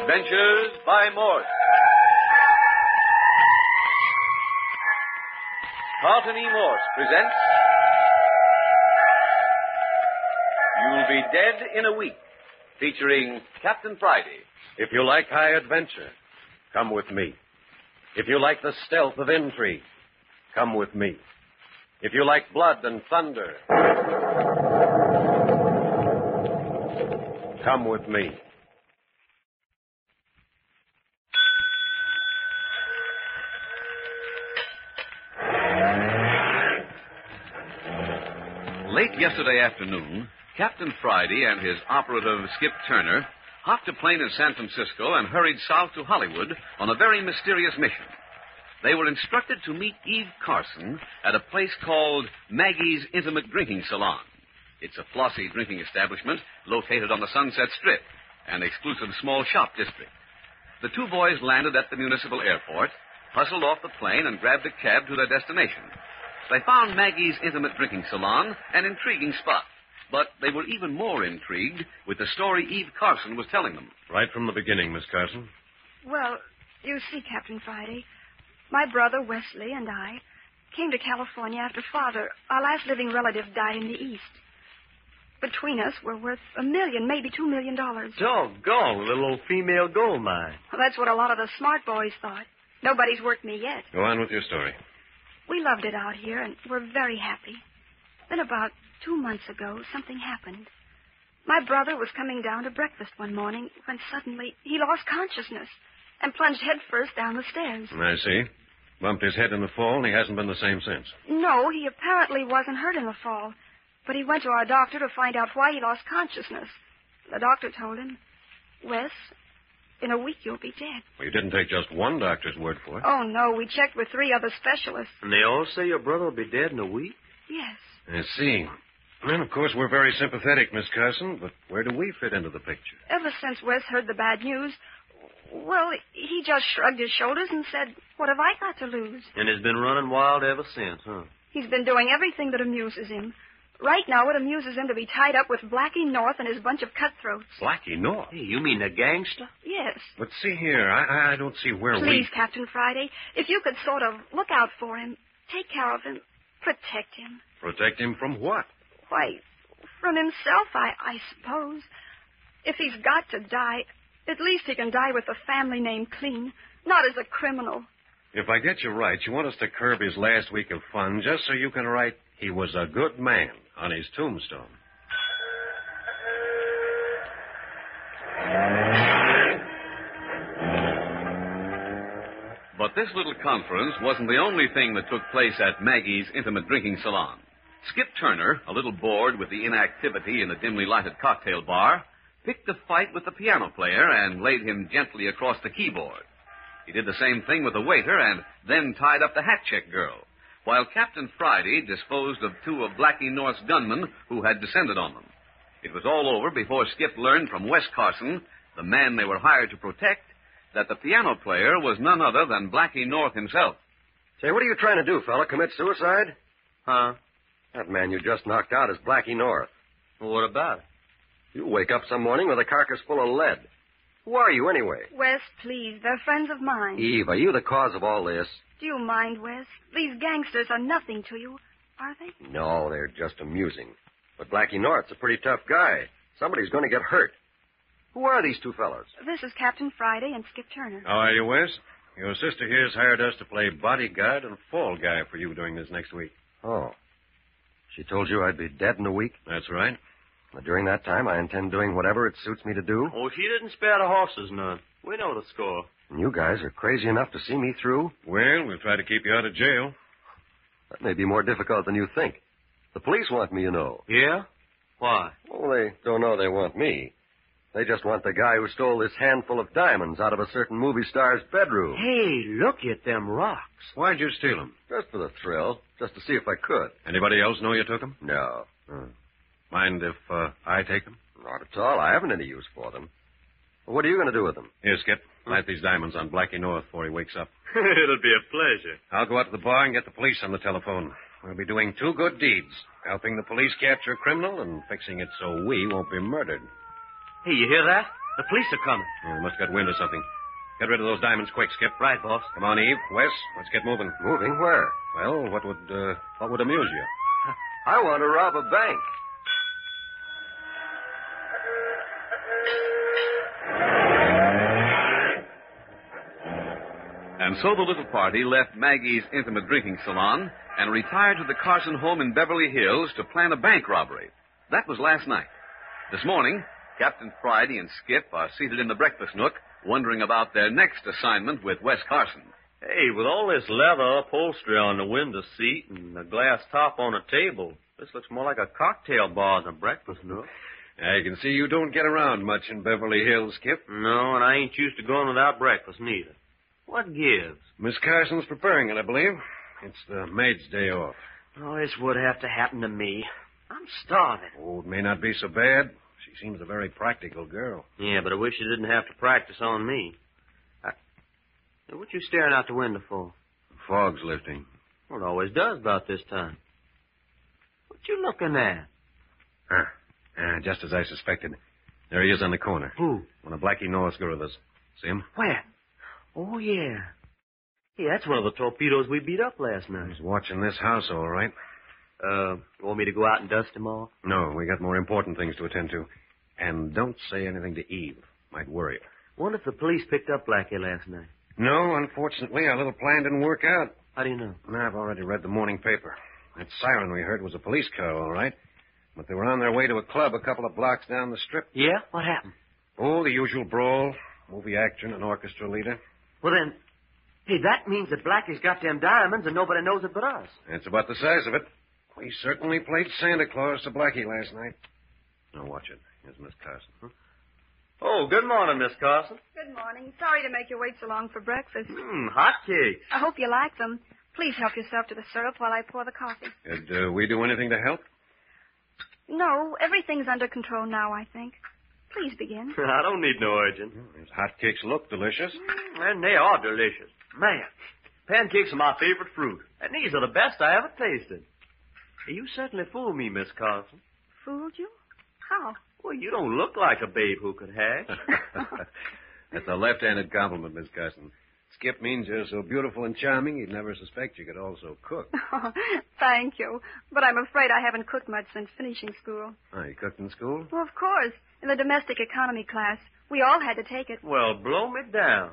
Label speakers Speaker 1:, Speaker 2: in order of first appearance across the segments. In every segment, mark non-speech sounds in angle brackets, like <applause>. Speaker 1: Adventures by Morse. Carlton E. Morse presents You'll Be Dead in a Week, featuring Captain Friday.
Speaker 2: If you like high adventure, come with me. If you like the stealth of intrigue, come with me. If you like blood and thunder, come with me.
Speaker 1: Late yesterday afternoon, Captain Friday and his operative Skip Turner hopped a plane in San Francisco and hurried south to Hollywood on a very mysterious mission. They were instructed to meet Eve Carson at a place called Maggie's Intimate Drinking Salon. It's a flossy drinking establishment located on the Sunset Strip, an exclusive small shop district. The two boys landed at the municipal airport, hustled off the plane, and grabbed a cab to their destination. They found Maggie's intimate drinking salon an intriguing spot, but they were even more intrigued with the story Eve Carson was telling them.
Speaker 2: Right from the beginning, Miss Carson.
Speaker 3: Well, you see, Captain Friday, my brother Wesley and I came to California after father, our last living relative, died in the East. Between us, we're worth a million, maybe two million dollars.
Speaker 4: Doggone, little old female gold mine.
Speaker 3: Well, that's what a lot of the smart boys thought. Nobody's worked me yet.
Speaker 2: Go on with your story.
Speaker 3: We loved it out here, and we're very happy. Then, about two months ago, something happened. My brother was coming down to breakfast one morning when suddenly he lost consciousness and plunged headfirst down the stairs.
Speaker 2: I see. Bumped his head in the fall, and he hasn't been the same since.
Speaker 3: No, he apparently wasn't hurt in the fall, but he went to our doctor to find out why he lost consciousness. The doctor told him, Wes, in a week you'll be dead.
Speaker 2: Well, you didn't take just one doctor's word for it.
Speaker 3: Oh, no, we checked with three other specialists.
Speaker 4: And they all say your brother will be dead in a week?
Speaker 3: Yes.
Speaker 2: I see. And of course, we're very sympathetic, Miss Carson, but where do we fit into the picture?
Speaker 3: Ever since Wes heard the bad news, well, he just shrugged his shoulders and said, What have I got to lose?
Speaker 4: And has been running wild ever since, huh?
Speaker 3: He's been doing everything that amuses him. Right now, it amuses him to be tied up with Blackie North and his bunch of cutthroats.
Speaker 2: Blackie North.
Speaker 4: Hey, you mean the gangster?
Speaker 3: Yes.
Speaker 2: But see here, I, I- I don't see where
Speaker 3: Please, Captain Friday, if you could sort of look out for him, take care of him, protect him.
Speaker 2: we protect him from what.
Speaker 3: Why, from himself, I, I suppose. If he's got to die, at least he can die with the family name clean, not as a criminal.
Speaker 2: If I get you right, you want us to curb his last week of fun just so you can write, he was a good man on his tombstone.
Speaker 1: But this little conference wasn't the only thing that took place at Maggie's intimate drinking salon. Skip Turner, a little bored with the inactivity in the dimly lighted cocktail bar, picked a fight with the piano player and laid him gently across the keyboard. He did the same thing with the waiter and then tied up the hat check girl, while Captain Friday disposed of two of Blackie North's gunmen who had descended on them. It was all over before Skip learned from Wes Carson, the man they were hired to protect, that the piano player was none other than Blackie North himself.
Speaker 5: Say, what are you trying to do, fella? Commit suicide?
Speaker 4: Huh?
Speaker 5: That man you just knocked out is Blackie North.
Speaker 4: Well, what about it?
Speaker 5: You wake up some morning with a carcass full of lead. Who are you, anyway?
Speaker 3: Wes, please, they're friends of mine.
Speaker 5: Eve, are you the cause of all this?
Speaker 3: Do you mind, Wes? These gangsters are nothing to you, are they?
Speaker 5: No, they're just amusing. But Blackie North's a pretty tough guy. Somebody's going to get hurt. Who are these two fellows?
Speaker 3: This is Captain Friday and Skip Turner.
Speaker 2: How are you, Wes? Your sister here's hired us to play bodyguard and fall guy for you during this next week.
Speaker 5: Oh. She told you I'd be dead in a week?
Speaker 2: That's right.
Speaker 5: Now, during that time, I intend doing whatever it suits me to do.
Speaker 4: Oh, she didn't spare the horses none. We know the score.
Speaker 5: And you guys are crazy enough to see me through?
Speaker 2: Well, we'll try to keep you out of jail.
Speaker 5: That may be more difficult than you think. The police want me, you know.
Speaker 4: Yeah? Why?
Speaker 5: Well, they don't know they want me. They just want the guy who stole this handful of diamonds out of a certain movie star's bedroom.
Speaker 4: Hey, look at them rocks.
Speaker 2: Why'd you steal them?
Speaker 5: Just for the thrill, just to see if I could.
Speaker 2: Anybody else know you took them?
Speaker 5: No,
Speaker 2: Mind if uh, I take them?
Speaker 5: not at all. I haven't any use for them. What are you going to do with them?
Speaker 2: Here, Skip. Light these diamonds on Blackie North before he wakes up.
Speaker 4: <laughs> It'll be a pleasure.
Speaker 2: I'll go out to the bar and get the police on the telephone. We'll be doing two good deeds helping the police capture a criminal and fixing it so we won't be murdered.
Speaker 4: Hey, you hear that? The police are coming.
Speaker 2: Oh, we must get wind of something. Get rid of those diamonds quick, Skip.
Speaker 4: Right, boss.
Speaker 2: Come on, Eve. Wes, let's get moving.
Speaker 5: Moving where?
Speaker 2: Well, what would uh, what would amuse you?
Speaker 5: I want to rob a bank.
Speaker 1: And so the little party left Maggie's intimate drinking salon and retired to the Carson home in Beverly Hills to plan a bank robbery. That was last night. This morning, Captain Friday and Skip are seated in the breakfast nook wondering about their next assignment with Wes Carson.
Speaker 4: Hey, with all this leather upholstery on the window seat and the glass top on the table, this looks more like a cocktail bar than a breakfast nook.
Speaker 2: I can see you don't get around much in Beverly Hills, Skip.
Speaker 4: No, and I ain't used to going without breakfast neither. What gives?
Speaker 2: Miss Carson's preparing it, I believe. It's the maid's day off.
Speaker 4: Oh, this would have to happen to me. I'm starving.
Speaker 2: Oh, it may not be so bad. She seems a very practical girl.
Speaker 4: Yeah, but I wish you didn't have to practice on me. I... Now, What you staring out the window for?
Speaker 2: Fog's lifting.
Speaker 4: Well, it always does about this time. What you looking at?
Speaker 2: Huh. Ah, just as I suspected. There he is on the corner.
Speaker 4: Who?
Speaker 2: One of Blackie Norris gorillas. See him?
Speaker 4: Where? Oh, yeah. Yeah, that's one of the torpedoes we beat up last night.
Speaker 2: He's watching this house, all right.
Speaker 4: Uh, you want me to go out and dust him off?
Speaker 2: No, we got more important things to attend to. And don't say anything to Eve. Might worry her.
Speaker 4: Wonder if the police picked up Blackie last night.
Speaker 2: No, unfortunately, our little plan didn't work out.
Speaker 4: How do you know?
Speaker 2: No, I've already read the morning paper. That siren we heard was a police car, all right. But they were on their way to a club a couple of blocks down the strip.
Speaker 4: Yeah? What happened?
Speaker 2: Oh, the usual brawl. Movie action, an orchestra leader.
Speaker 4: Well, then, hey, that means that Blackie's got them diamonds and nobody knows it but us.
Speaker 2: That's about the size of it. We certainly played Santa Claus to Blackie last night. Now watch it. Here's Miss Carson.
Speaker 4: Oh, good morning, Miss Carson.
Speaker 3: Good morning. Sorry to make you wait so long for breakfast.
Speaker 4: Mmm, hot cakes. <laughs>
Speaker 3: I hope you like them. Please help yourself to the syrup while I pour the coffee.
Speaker 2: Could uh, we do anything to help?
Speaker 3: No, everything's under control now, I think. Please begin.
Speaker 4: I don't need no urging.
Speaker 2: These hotcakes look delicious.
Speaker 4: And they are delicious. Man, pancakes are my favorite fruit. And these are the best I ever tasted. You certainly fooled me, Miss Carson.
Speaker 3: Fooled you? How? <laughs>
Speaker 4: Well, you don't look like a babe who could hash. <laughs>
Speaker 2: That's a left-handed compliment, Miss Carson. Skip means you're so beautiful and charming, he'd never suspect you could also cook.
Speaker 3: Thank you. But I'm afraid I haven't cooked much since finishing school.
Speaker 2: Oh, you cooked in school?
Speaker 3: Well, of course. In the domestic economy class, we all had to take it.
Speaker 4: well, blow me down.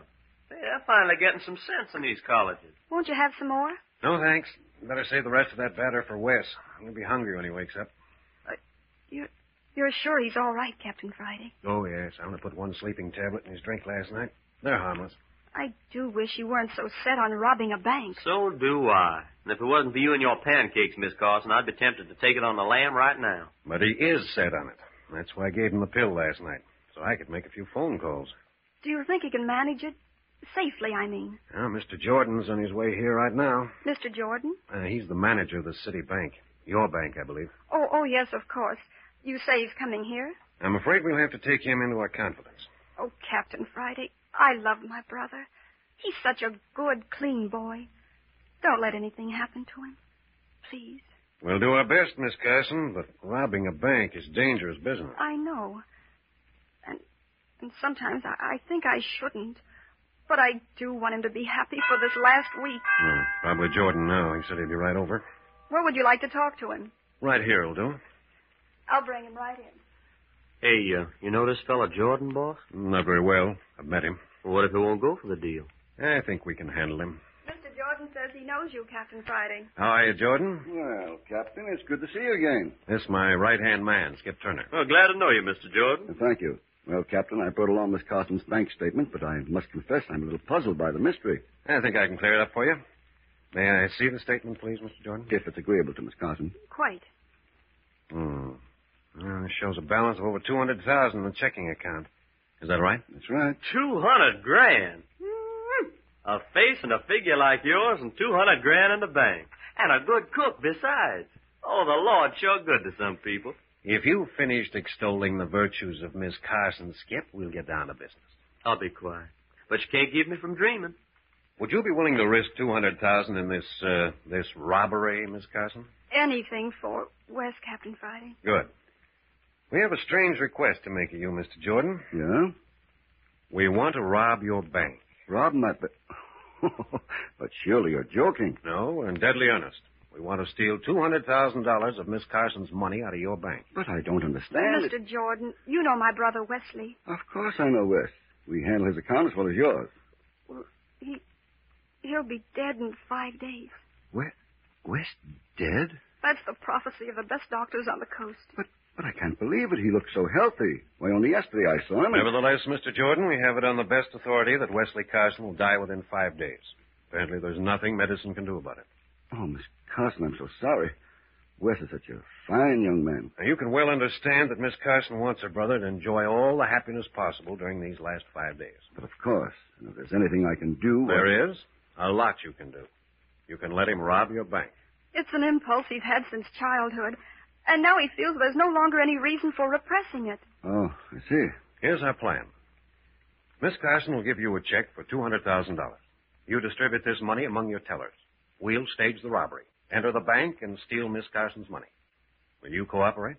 Speaker 4: Hey, they're finally getting some sense in these colleges.
Speaker 3: Won't you have some more?
Speaker 2: No, thanks. Better save the rest of that batter for Wes. I'm going to be hungry when he wakes up.
Speaker 3: You're sure he's all right, Captain Friday.
Speaker 2: Oh, yes. I'm going to put one sleeping tablet in his drink last night. They're harmless.
Speaker 3: I do wish you weren't so set on robbing a bank.
Speaker 4: So do I. And if it wasn't for you and your pancakes, Miss Carson, I'd be tempted to take it on the lamb right now.
Speaker 2: But he is set on it. That's why I gave him the pill last night, so I could make a few phone calls.
Speaker 3: Do you think you can manage it? Safely, I mean.
Speaker 2: Now, Mr. Jordan's on his way here right now.
Speaker 3: Mr. Jordan?
Speaker 2: Uh, he's the manager of the city bank. Your bank, I believe.
Speaker 3: Oh, oh, yes, of course. You say he's coming here?
Speaker 2: I'm afraid we'll have to take him into our confidence.
Speaker 3: Oh, Captain Friday, I love my brother. He's such a good, clean boy. Don't let anything happen to him. Please.
Speaker 2: We'll do our best, Miss Carson, but robbing a bank is dangerous business.
Speaker 3: I know. And and sometimes I, I think I shouldn't. But I do want him to be happy for this last week.
Speaker 2: Hmm, probably Jordan now. He said he'd be right over.
Speaker 3: Where would you like to talk to him?
Speaker 2: Right here will do.
Speaker 3: I'll bring him right in.
Speaker 4: Hey, uh, you know this fella Jordan, boss?
Speaker 2: Not very well. I've met him.
Speaker 4: What if he won't go for the deal?
Speaker 2: I think we can handle him.
Speaker 3: Mr. Jordan says he knows you, Captain Friday.
Speaker 2: How are you, Jordan?
Speaker 6: Well, Captain, it's good to see you again.
Speaker 2: This my right-hand man, Skip Turner.
Speaker 4: Well, glad to know you, Mr. Jordan.
Speaker 6: And thank you. Well, Captain, I brought along Miss Carson's bank statement, but I must confess I'm a little puzzled by the mystery,
Speaker 2: I think I can clear it up for you. May I see the statement, please, Mr. Jordan?
Speaker 6: if it's agreeable to Miss Carson.
Speaker 3: Quite.
Speaker 2: Hmm. Well, it shows a balance of over 200000 in the checking account. Is that right?
Speaker 6: That's right.
Speaker 4: Two hundred grand. A face and a figure like yours and two hundred grand in the bank. And a good cook besides. Oh, the Lord sure good to some people.
Speaker 2: If you finished extolling the virtues of Miss Carson, Skip, we'll get down to business.
Speaker 4: I'll be quiet. But you can't keep me from dreaming.
Speaker 2: Would you be willing to risk 200000 in this, uh, this robbery, Miss Carson?
Speaker 3: Anything for Wes, Captain Friday.
Speaker 2: Good. We have a strange request to make of you, Mr. Jordan.
Speaker 6: Yeah?
Speaker 2: We want to rob your bank.
Speaker 6: Rob that. But, <laughs> but surely you're joking.
Speaker 2: No, we're in deadly earnest. We want to steal $200,000 of Miss Carson's money out of your bank.
Speaker 6: But I don't understand. it.
Speaker 3: Mr. Jordan, you know my brother Wesley.
Speaker 6: Of course I know Wes. We handle his account as well as yours.
Speaker 3: He'll be dead in five days.
Speaker 6: Wes dead?
Speaker 3: That's the prophecy of the best doctors on the coast.
Speaker 6: But I can't believe it. He looked so healthy. Why, only yesterday I saw
Speaker 1: Hmm.
Speaker 6: him. and-
Speaker 2: Nevertheless, Mr. Jordan, we have it on the best authority that Wesley Carson will die within five days. Apparently, there's nothing medicine can do about it.
Speaker 6: Oh, Miss Carson, I'm so sorry. Wes is such a fine young man.
Speaker 2: Now, you can well understand that Miss Carson wants her brother to enjoy all the happiness possible during these last five days.
Speaker 6: But of course, and if there's anything I can do, I-
Speaker 2: There is a lot you can do. You can let him rob your bank.
Speaker 3: It's an impulse he's had since childhood, and now he feels there's no longer any reason for repressing it.
Speaker 6: Oh, I see.
Speaker 2: Here's our plan. Miss Carson will give you a check for $200,000. You distribute this money among your tellers. We'll stage the robbery, enter the bank, and steal Miss Carson's money. Will you cooperate?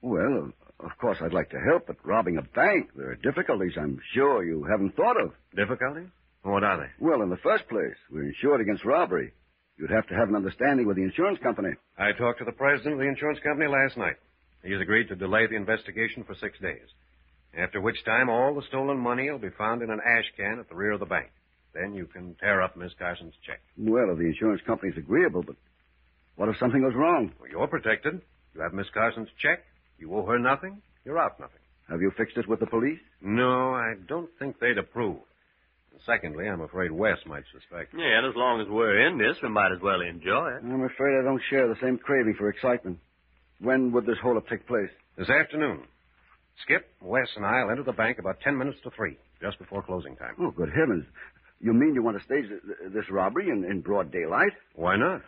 Speaker 6: Well, of course I'd like to help, but robbing a bank, there are difficulties I'm sure you haven't thought of.
Speaker 2: Difficulties? What are they?
Speaker 6: Well, in the first place, we're insured against robbery. You'd have to have an understanding with the insurance company.
Speaker 2: I talked to the president of the insurance company last night. He's agreed to delay the investigation for six days, after which time all the stolen money will be found in an ash can at the rear of the bank. Then you can tear up Miss Carson's check.
Speaker 6: Well, if the insurance company's agreeable, but what if something goes wrong?
Speaker 2: Well, you're protected. You have Miss Carson's check. You owe her nothing. You're out nothing.
Speaker 6: Have you fixed it with the police?
Speaker 2: No, I don't think they'd approve. And secondly, I'm afraid Wes might suspect.
Speaker 4: Yeah, and as long as we're in this, we might as well enjoy it.
Speaker 6: I'm afraid I don't share the same craving for excitement. When would this holdup take place?
Speaker 2: This afternoon, Skip, Wes, and I'll enter the bank about ten minutes to three, just before closing time.
Speaker 6: Oh, good heavens. You mean you want to stage th- this robbery in, in broad daylight?
Speaker 2: Why not?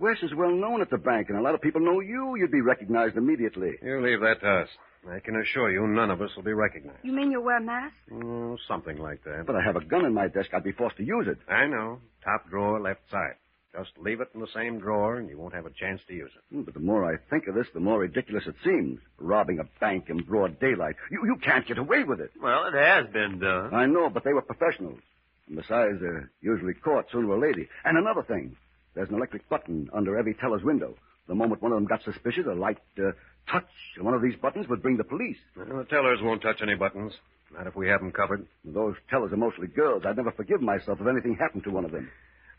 Speaker 6: Wes is well known at the bank, and a lot of people know you. Oh, You'd be recognized immediately.
Speaker 2: You leave that to us. I can assure you none of us will be recognized.
Speaker 3: You mean you wear masks?
Speaker 2: Oh, something like that.
Speaker 6: But I have a gun in my desk. I'd be forced to use it.
Speaker 2: I know. Top drawer, left side. Just leave it in the same drawer, and you won't have a chance to use it.
Speaker 6: Hmm, But the more I think of this, the more ridiculous it seems. Robbing a bank in broad daylight. You, you can't get away with it.
Speaker 4: Well, it has been done.
Speaker 6: I know, Oh, but they were professionals. And besides, they're usually caught sooner or later. And another thing, there's an electric button under every teller's window. The moment one of them got suspicious, a light uh, touch of one of these buttons would bring the police.
Speaker 2: Well, the tellers won't touch any buttons. Not if we have them covered.
Speaker 6: Those tellers are mostly girls. I'd never forgive myself if anything happened to one of them.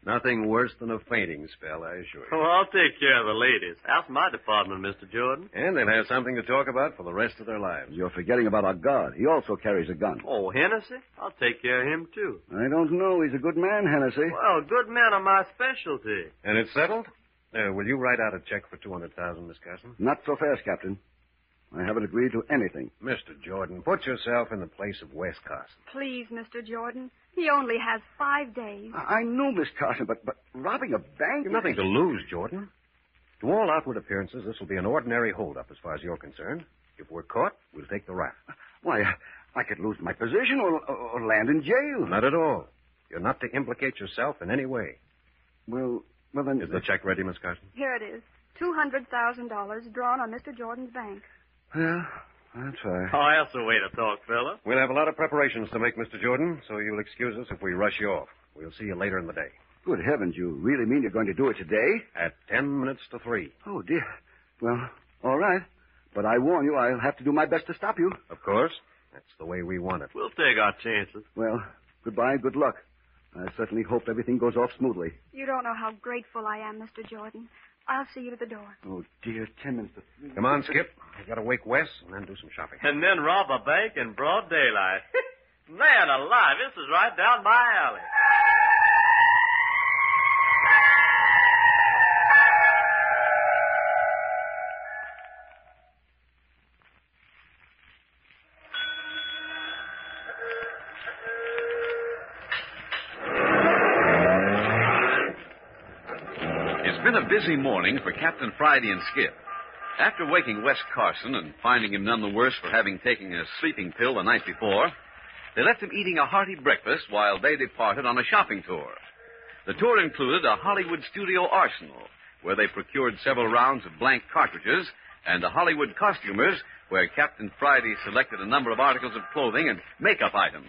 Speaker 2: Nothing worse than a fainting spell, I assure you.
Speaker 4: Oh, I'll take care of the ladies. That's my department, Mr. Jordan.
Speaker 2: And they'll have something to talk about for the rest of their lives.
Speaker 6: You're forgetting about our guard. He also carries a gun.
Speaker 4: Oh, Hennessy? I'll take care of him, too.
Speaker 6: I don't know. He's a good man, Hennessy.
Speaker 4: Well, good men are my specialty.
Speaker 2: And it's settled? Uh, will you write out a check for 200000 Miss Carson?
Speaker 6: Not so fast, Captain. I haven't agreed to anything.
Speaker 2: Mr. Jordan, put yourself in the place of Wes Carson.
Speaker 3: Please, Mr. Jordan. He only has five days.
Speaker 6: I, I know, Miss Carson, but but robbing a bank.
Speaker 2: You've nothing to lose, Jordan. To all outward appearances, this will be an ordinary holdup as far as you're concerned. If we're caught, we'll take the rap.
Speaker 6: Why, I could lose my position or, or, or land in jail.
Speaker 2: Not at all. You're not to implicate yourself in any way.
Speaker 6: Well, well then.
Speaker 2: Is the check ready, Miss Carson?
Speaker 3: Here it is. $200,000 drawn on Mr. Jordan's bank.
Speaker 6: Yeah, I'll try.
Speaker 4: Oh, that's the way to talk, fella.
Speaker 2: We'll have a lot of preparations to make, Mr. Jordan, so you'll excuse us if we rush you off. We'll see you later in the day.
Speaker 6: Good heavens, you really mean you're going to do it today?
Speaker 2: At ten minutes to three.
Speaker 6: Oh dear. Well, all right. But I warn you, I'll have to do my best to stop you.
Speaker 2: Of course. That's the way we want it.
Speaker 4: We'll take our chances.
Speaker 6: Well, goodbye. Good luck. I certainly hope everything goes off smoothly.
Speaker 3: You don't know how grateful I am, Mr. Jordan. I'll see you at the door.
Speaker 6: Oh dear, ten minutes. To...
Speaker 2: Come on, Skip. I gotta wake Wes and then do some shopping.
Speaker 4: And then rob a bank in
Speaker 7: <laughs>
Speaker 4: broad daylight. Man alive, this is right down my alley.
Speaker 1: It's been a busy morning for Captain Friday and Skip. After waking Wes Carson and finding him none the worse for having taken a sleeping pill the night before, they left him eating a hearty breakfast while they departed on a shopping tour. The tour included a Hollywood studio arsenal, where they procured several rounds of blank cartridges and the Hollywood costumers, where Captain Friday selected a number of articles of clothing and makeup items.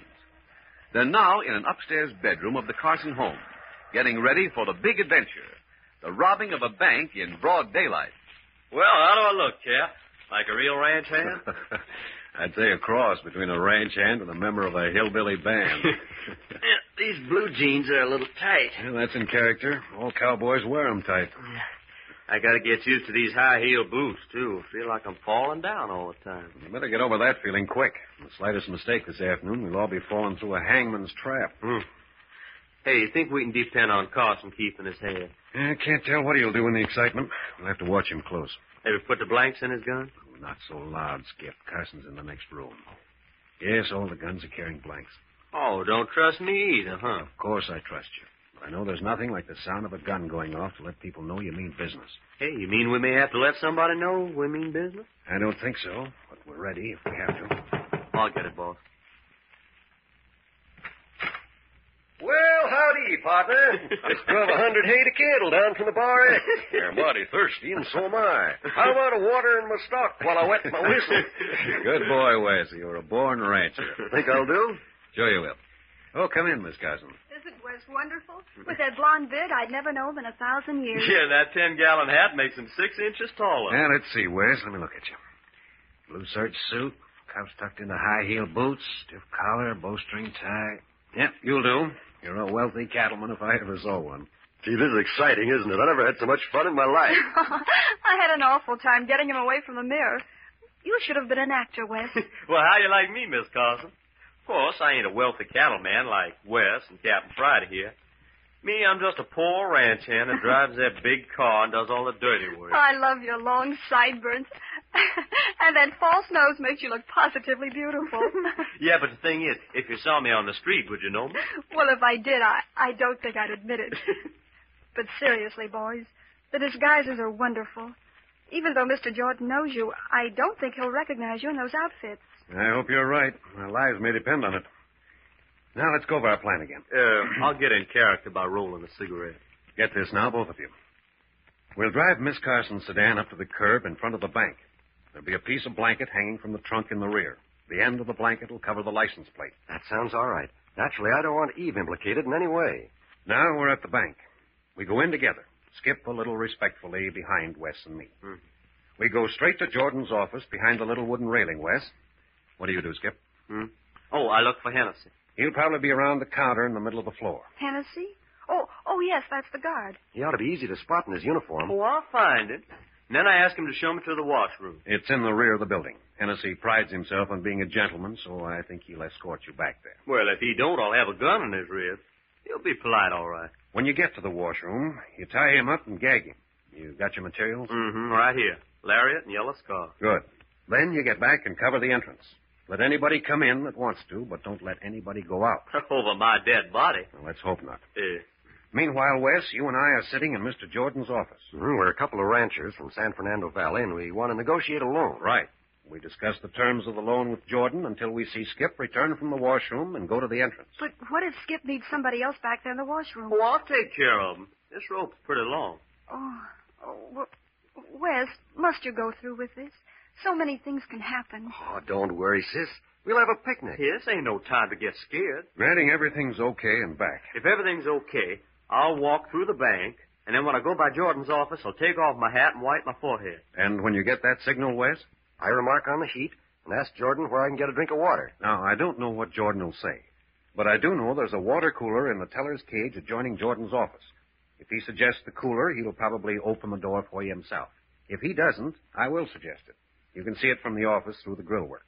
Speaker 1: They're now in an upstairs bedroom of the Carson home, getting ready for the big adventure the robbing of a bank in broad daylight.
Speaker 4: Well, how do I look, Cap? Like a real ranch
Speaker 7: <laughs>
Speaker 4: hand?
Speaker 2: I'd say a cross between a ranch hand and a member of a hillbilly
Speaker 5: <laughs>
Speaker 2: band.
Speaker 7: These blue jeans are a little tight.
Speaker 2: Well, <laughs> that's in character. All cowboys wear 'em tight.
Speaker 4: I gotta get used to these high heel boots, too. Feel like I'm falling down all the time.
Speaker 2: You better get over that feeling quick. The slightest mistake this afternoon, we'll all be falling through a hangman's trap.
Speaker 4: Hey, you think we can depend on Carson keeping his head?
Speaker 2: I can't tell what he'll do in the excitement. We'll have to watch him close.
Speaker 4: Have you put the blanks in his gun?
Speaker 2: Not so loud, Skip. Carson's in the next room. Yes, all the guns are carrying blanks.
Speaker 4: Oh, don't trust me either, huh?
Speaker 2: Of course I trust you. But I know there's nothing like the sound of a gun going off to let people know you mean business.
Speaker 4: Hey, you mean we may have to let somebody know we mean business?
Speaker 2: I don't think so, but we're ready if we have to.
Speaker 4: I'll get it, boss.
Speaker 5: Well, howdy, partner. Just drove a hundred hay to Kendall down from the bar
Speaker 2: <laughs>
Speaker 5: X. You're mighty thirsty, and so am I. How about a water in my stock while I wet my whistle?
Speaker 2: <laughs> <laughs> Good boy, Wes. You're a born rancher.
Speaker 5: Think I'll do?
Speaker 2: Sure you will. Oh, come in, Miss Carson.
Speaker 3: Isn't Wes wonderful? With that blonde beard I'd never known in a thousand years.
Speaker 4: <laughs> Yeah, that ten gallon hat makes him six inches taller.
Speaker 2: Now, let's see, Wes. Let me look at you. Blue serge suit, cuffs tucked into high heel boots, stiff collar, bowstring tie. Yep, you'll do. You're a wealthy cattleman if I ever saw one.
Speaker 5: Gee, this is exciting, isn't it? I never had so much fun in my life. <laughs>
Speaker 3: <laughs> I had an awful time getting him away from the mirror. You should have been an actor, Wes.
Speaker 4: well, how you like me, Miss Carson? Of course, I ain't a wealthy cattleman like Wes and Captain Friday here. Me, I'm just a poor ranch hand that drives
Speaker 5: <laughs>
Speaker 4: that big car and does all the dirty work.
Speaker 3: Oh, I love your long sideburns. <laughs> and that false nose makes you look positively beautiful. <laughs>
Speaker 4: Yeah, but the thing is, if you saw me on the street, would you know me?
Speaker 3: well, if I did, I, I don't think I'd admit it. <laughs> but seriously, boys, the disguises are wonderful. Even though Mr. Jordan knows you, I don't think he'll recognize you in those outfits.
Speaker 2: I hope you're right. Our lives may depend on it. Now, let's go over our plan again.
Speaker 4: Uh, I'll get in character by rolling a cigarette.
Speaker 2: Get this now, both of you. We'll drive Miss Carson's sedan up to the curb in front of the bank. There'll be a piece of blanket hanging from the trunk in the rear. The end of the blanket will cover the license plate.
Speaker 5: That sounds all right. Naturally, I don't want Eve implicated in any way.
Speaker 2: Now we're at the bank. We go in together, Skip a little respectfully behind Wes and me.
Speaker 5: Hmm.
Speaker 2: We go straight to Jordan's office behind the little wooden railing, Wes. What do you do, Skip?
Speaker 4: Oh, I look for Hennessy.
Speaker 2: He'll probably be around the counter in the middle of the floor.
Speaker 3: Hennessy? Oh, oh yes, that's the guard.
Speaker 5: He ought to be easy to spot in his uniform.
Speaker 4: Oh, I'll find him. And then I ask him to show me to the washroom.
Speaker 2: It's in the rear of the building. Hennessy prides himself on being a gentleman, so I think he'll escort you back there.
Speaker 4: Well, if he don't, I'll have a gun in his ribs. He'll be polite, all right.
Speaker 2: When you get to the washroom, you tie him up and gag him. You got your materials?
Speaker 5: Mm.
Speaker 4: Mm-hmm, right here. Lariat and yellow scarf.
Speaker 2: Good. Then you get back and cover the entrance. Let anybody come in that wants to, but don't let anybody go out.
Speaker 4: <laughs> Over my dead body.
Speaker 2: Well, let's hope not.
Speaker 4: Eh.
Speaker 2: Meanwhile, Wes, you and I are sitting in Mr. Jordan's office.
Speaker 5: Mhm, We're a couple of ranchers from San Fernando Valley, and we want to negotiate a loan.
Speaker 2: Right. We discuss the terms of the loan with Jordan until we see Skip return from the washroom and go to the entrance.
Speaker 3: But what if Skip needs somebody else back there in the washroom?
Speaker 4: Oh, I'll take care of him. This rope's pretty long.
Speaker 3: Oh, oh well, Wes, must you go through with this? So many things can happen.
Speaker 5: Oh, don't worry, sis. We'll have a picnic.
Speaker 4: Here, this ain't no time to get scared.
Speaker 2: Granting everything's okay and back.
Speaker 4: If everything's okay, I'll walk through the bank, and then when I go by Jordan's office, I'll take off my hat and wipe my forehead.
Speaker 2: And when you get that signal, Wes?
Speaker 5: I remark on the heat and ask Jordan where I can get a drink of water.
Speaker 2: Now, I don't know what Jordan will say, but I do know there's a water cooler in the teller's cage adjoining Jordan's office. If he suggests the cooler, he'll probably open the door for you himself. If he doesn't, I will suggest it. You can see it from the office through the grill work.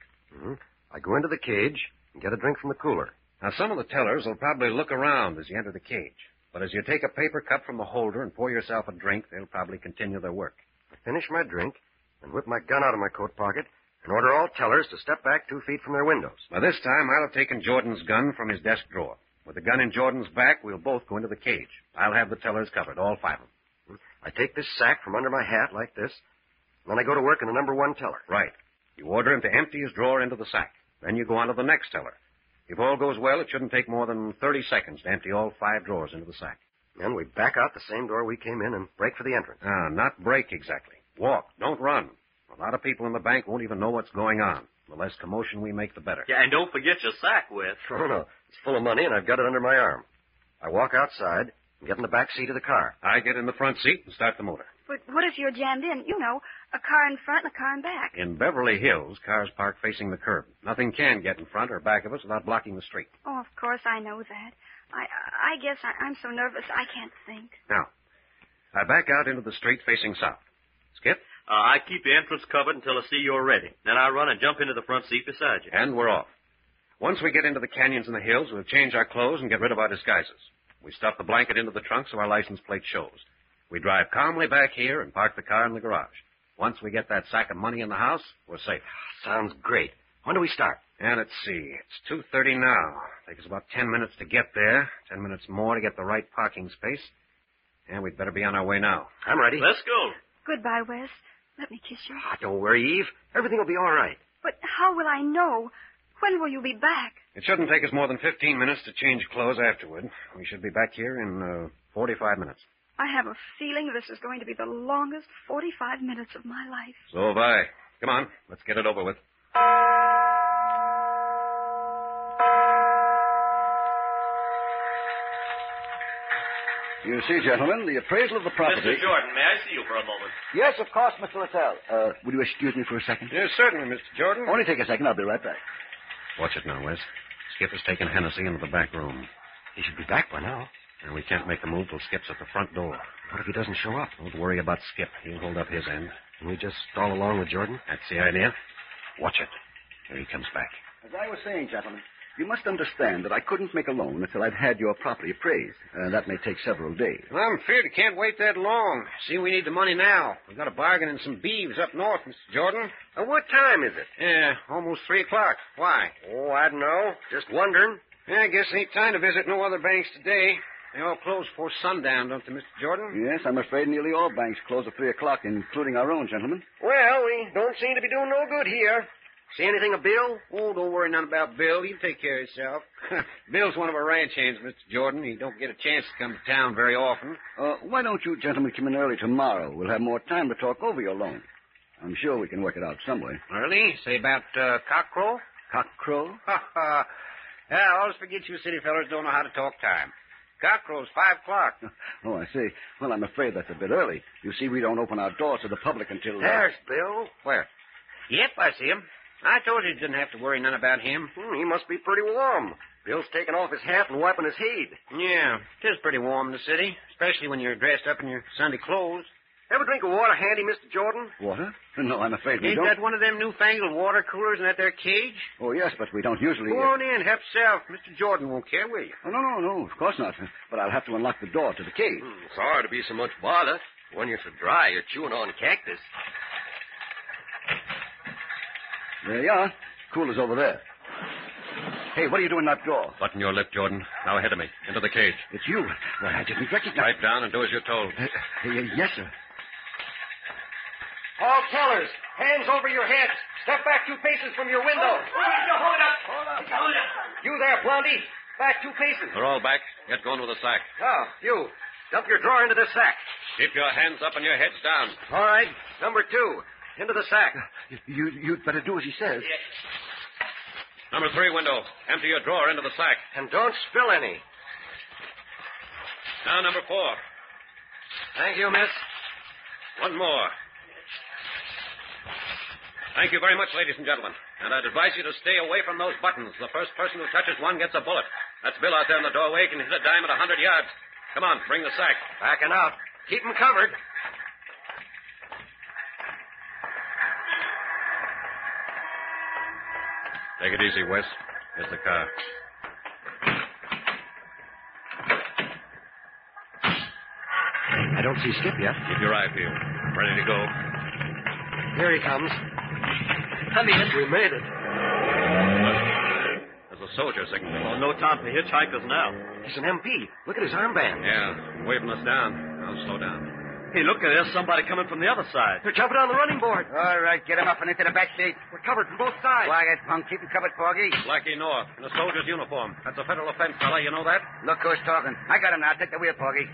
Speaker 5: I go into the cage and get a drink from the cooler.
Speaker 2: Now, some of the tellers will probably look around as you enter the cage, but as you take a paper cup from the holder and pour yourself a drink, they'll probably continue their work.
Speaker 5: I finish my drink and whip my gun out of my coat pocket and order all tellers to step back two feet from their windows.
Speaker 2: By this time, I'll have taken Jordan's gun from his desk drawer. With the gun in Jordan's back, we'll both go into the cage. I'll have the tellers covered, all five of them.
Speaker 5: I take this sack from under my hat like this, and then I go to work on the number one teller.
Speaker 2: Right. You order him to empty his drawer into the sack. Then you go on to the next teller. If all goes well, it shouldn't take more than 30 seconds to empty all five drawers into the sack.
Speaker 5: Then we back out the same door we came in and break for the entrance.
Speaker 2: Ah, not break exactly. Walk. Don't run. A lot of people in the bank won't even know what's going on. The less commotion we make, the better.
Speaker 4: Yeah, and don't forget your sack, Wes.
Speaker 5: Oh, no. It's full of money, and I've got it under my arm. I walk outside and get in the back seat of the car.
Speaker 2: I get in the front seat and start the motor.
Speaker 3: But what if you're jammed in? You know, a car in front and a car in back.
Speaker 2: In Beverly Hills, cars park facing the curb. Nothing can get in front or back of us without blocking the street.
Speaker 3: Oh, of course, I know that. I I guess I, I'm so nervous I can't think.
Speaker 2: Now, I back out into the street facing south. Skip,
Speaker 4: Uh, I keep the entrance covered until I see you're ready. Then I run and jump into the front seat beside you.
Speaker 2: and we're off. Once we get into the canyons and the hills, we'll change our clothes and get rid of our disguises. We stuff the blanket into the trunk so our license plate shows. We drive calmly back here and park the car in the garage. Once we get that sack of money in the house, we're safe.
Speaker 5: Sounds great. When do we start?
Speaker 2: And let's see, it's 2.30 now. Takes about 10 minutes to get there, 10 minutes more to get the right parking space. And we'd better be on our way now.
Speaker 5: I'm ready.
Speaker 4: Let's go.
Speaker 3: Goodbye, Wes. Let me kiss you.
Speaker 5: Ah, don't worry, Eve. Everything will be all right.
Speaker 3: But how will I know? When will you be back?
Speaker 2: It shouldn't take us more than 15 minutes to change clothes afterward. We should be back here in uh, 45 minutes.
Speaker 3: I have a feeling this is going to be the longest 45 minutes of my life.
Speaker 2: So have I. Come on, let's get it over with.
Speaker 6: You see, gentlemen, the appraisal of the property.
Speaker 4: Mr. Jordan, may I see you for a moment?
Speaker 7: Yes, of course, Mr. Littell.
Speaker 6: Uh, would you excuse me for a second?
Speaker 2: Yes, certainly, Mr. Jordan.
Speaker 6: Only take a second. I'll be right back.
Speaker 2: Watch it now, Wes. Skip has taken Hennessy into the back room.
Speaker 5: He should be back by now.
Speaker 2: And we can't make a move till Skip's at the front door.
Speaker 5: What if he doesn't show up?
Speaker 2: Don't worry about Skip. He'll hold up his end.
Speaker 5: Can we just stall along with Jordan?
Speaker 2: That's the idea. Watch it. Here he comes back.
Speaker 6: As I was saying, gentlemen, you must understand that I couldn't make a loan until I'd had your property appraised. Uh, that may take several days.
Speaker 2: I'm afraid I can't wait that long. See, we need the money now. We've got a bargain in some beeves up north, Mr. Jordan.
Speaker 5: Uh, what time is it?
Speaker 2: Yeah, almost three o'clock. Why?
Speaker 5: Oh, I don't know. Just wondering.
Speaker 2: Yeah, I guess ain't time to visit no other banks today. They all close before sundown, don't they, Mr. Jordan?
Speaker 6: Yes, I'm afraid nearly all banks close at 3 o'clock, including our own, gentlemen.
Speaker 5: Well, we don't seem to be doing no good here. See anything of Bill?
Speaker 2: Oh, don't worry none about Bill. He'll take care of himself. <laughs> Bill's one of our ranch hands, Mr. Jordan. He don't get a chance to come to town very often.
Speaker 6: Uh, why don't you gentlemen come in early tomorrow? We'll have more time to talk over your loan. I'm sure we can work it out some way.
Speaker 2: Early? Say about uh, cockcrow? <laughs>
Speaker 6: Cockcrow?
Speaker 2: Ha ha. I always forget you city fellers don't know how to talk time. Cockcrow's five o'clock.
Speaker 6: Oh, I see. Well, I'm afraid that's a bit early. You see, we don't open our doors to the public until... Uh...
Speaker 5: There's Bill.
Speaker 2: Where? Yep, I see him. I told you you didn't have to worry none about him.
Speaker 5: Hmm, he must be pretty warm. Bill's taking off his hat and wiping his head.
Speaker 2: Yeah, 'tis pretty warm in the city, especially when you're dressed up in your Sunday clothes.
Speaker 5: Ever drink of water handy, Mr. Jordan?
Speaker 6: Water? No, I'm afraid we
Speaker 2: Ain't
Speaker 6: don't.
Speaker 2: that one of them newfangled water coolers in that there cage?
Speaker 6: Oh, yes, but we don't usually...
Speaker 2: Go on in, help yourself. Mr. Jordan won't care, will you?
Speaker 6: Oh, no, no, no, of course
Speaker 7: <laughs>
Speaker 6: not. But I'll have to unlock the door to the cave.
Speaker 5: Sorry to be so much bother. When you're so dry, you're chewing on cactus.
Speaker 6: There you are. Cooler's over there. Hey, what are you doing in that door?
Speaker 2: Button your lip, Jordan. Now ahead of me. Into the cage.
Speaker 6: It's you. Why, I didn't recognize...
Speaker 2: Pipe down and do as you're told.
Speaker 6: Uh, uh, yes, sir.
Speaker 5: All tellers, hands over your heads. Step back two paces from your window.
Speaker 4: Oh, Hold up. Hold up. Hold up.
Speaker 5: You there, Blondie. Back two paces.
Speaker 2: They're all back. Get going with the sack.
Speaker 5: Now, you, dump your drawer into the sack.
Speaker 2: Keep your hands up and your heads down.
Speaker 5: All right. Number two, into the sack.
Speaker 6: You, you'd better do as he says.
Speaker 2: Number three window. Empty your drawer into the sack.
Speaker 5: And don't spill any.
Speaker 2: Now number four.
Speaker 5: Thank you, miss.
Speaker 2: One more. Thank you very much, ladies and gentlemen. And I'd advise you to stay away from those buttons. The first person who touches one gets a bullet. That's Bill out there in the doorway. He can hit a dime at a hundred yards. Come on, bring the sack.
Speaker 5: Backing out. Keep 'em covered.
Speaker 2: Take it easy, Wes. Here's the car.
Speaker 6: I don't see Skip yet.
Speaker 2: Keep your eye peeled. Ready to go.
Speaker 5: Here he comes.
Speaker 7: Come in.
Speaker 5: We made it.
Speaker 2: There's a soldier signal.
Speaker 4: Well, no time for hitchhikers now.
Speaker 5: He's an MP. Look at his armband.
Speaker 2: Yeah, waving us down. Now slow down.
Speaker 4: Hey, look, there's somebody coming from the other side.
Speaker 5: They're jumping on the running board.
Speaker 7: All right, get him up and into the back seat.
Speaker 5: We're covered from both sides.
Speaker 7: Quiet, punk. Keep him covered, Porgy.
Speaker 2: Blackie North in a soldier's uniform. That's a federal offense, fella. You know that?
Speaker 7: Look who's talking. I got him now. Take the wheel, Porgy.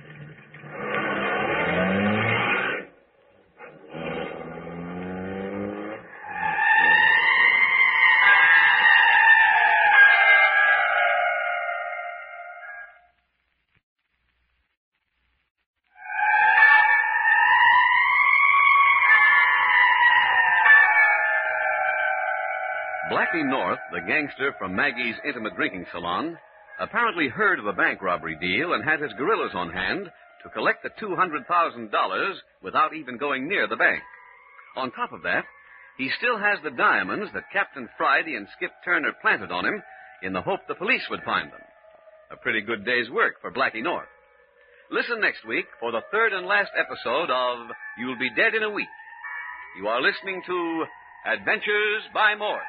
Speaker 1: Blackie North, the gangster from Maggie's intimate drinking salon, apparently heard of the bank robbery deal and had his gorillas on hand to collect the $200,000 without even going near the bank. On top of that, he still has the diamonds that Captain Friday and Skip Turner planted on him in the hope the police would find them. A pretty good day's work for Blackie North. Listen next week for the third and last episode of You'll Be Dead in a Week. You are listening to Adventures by Morse.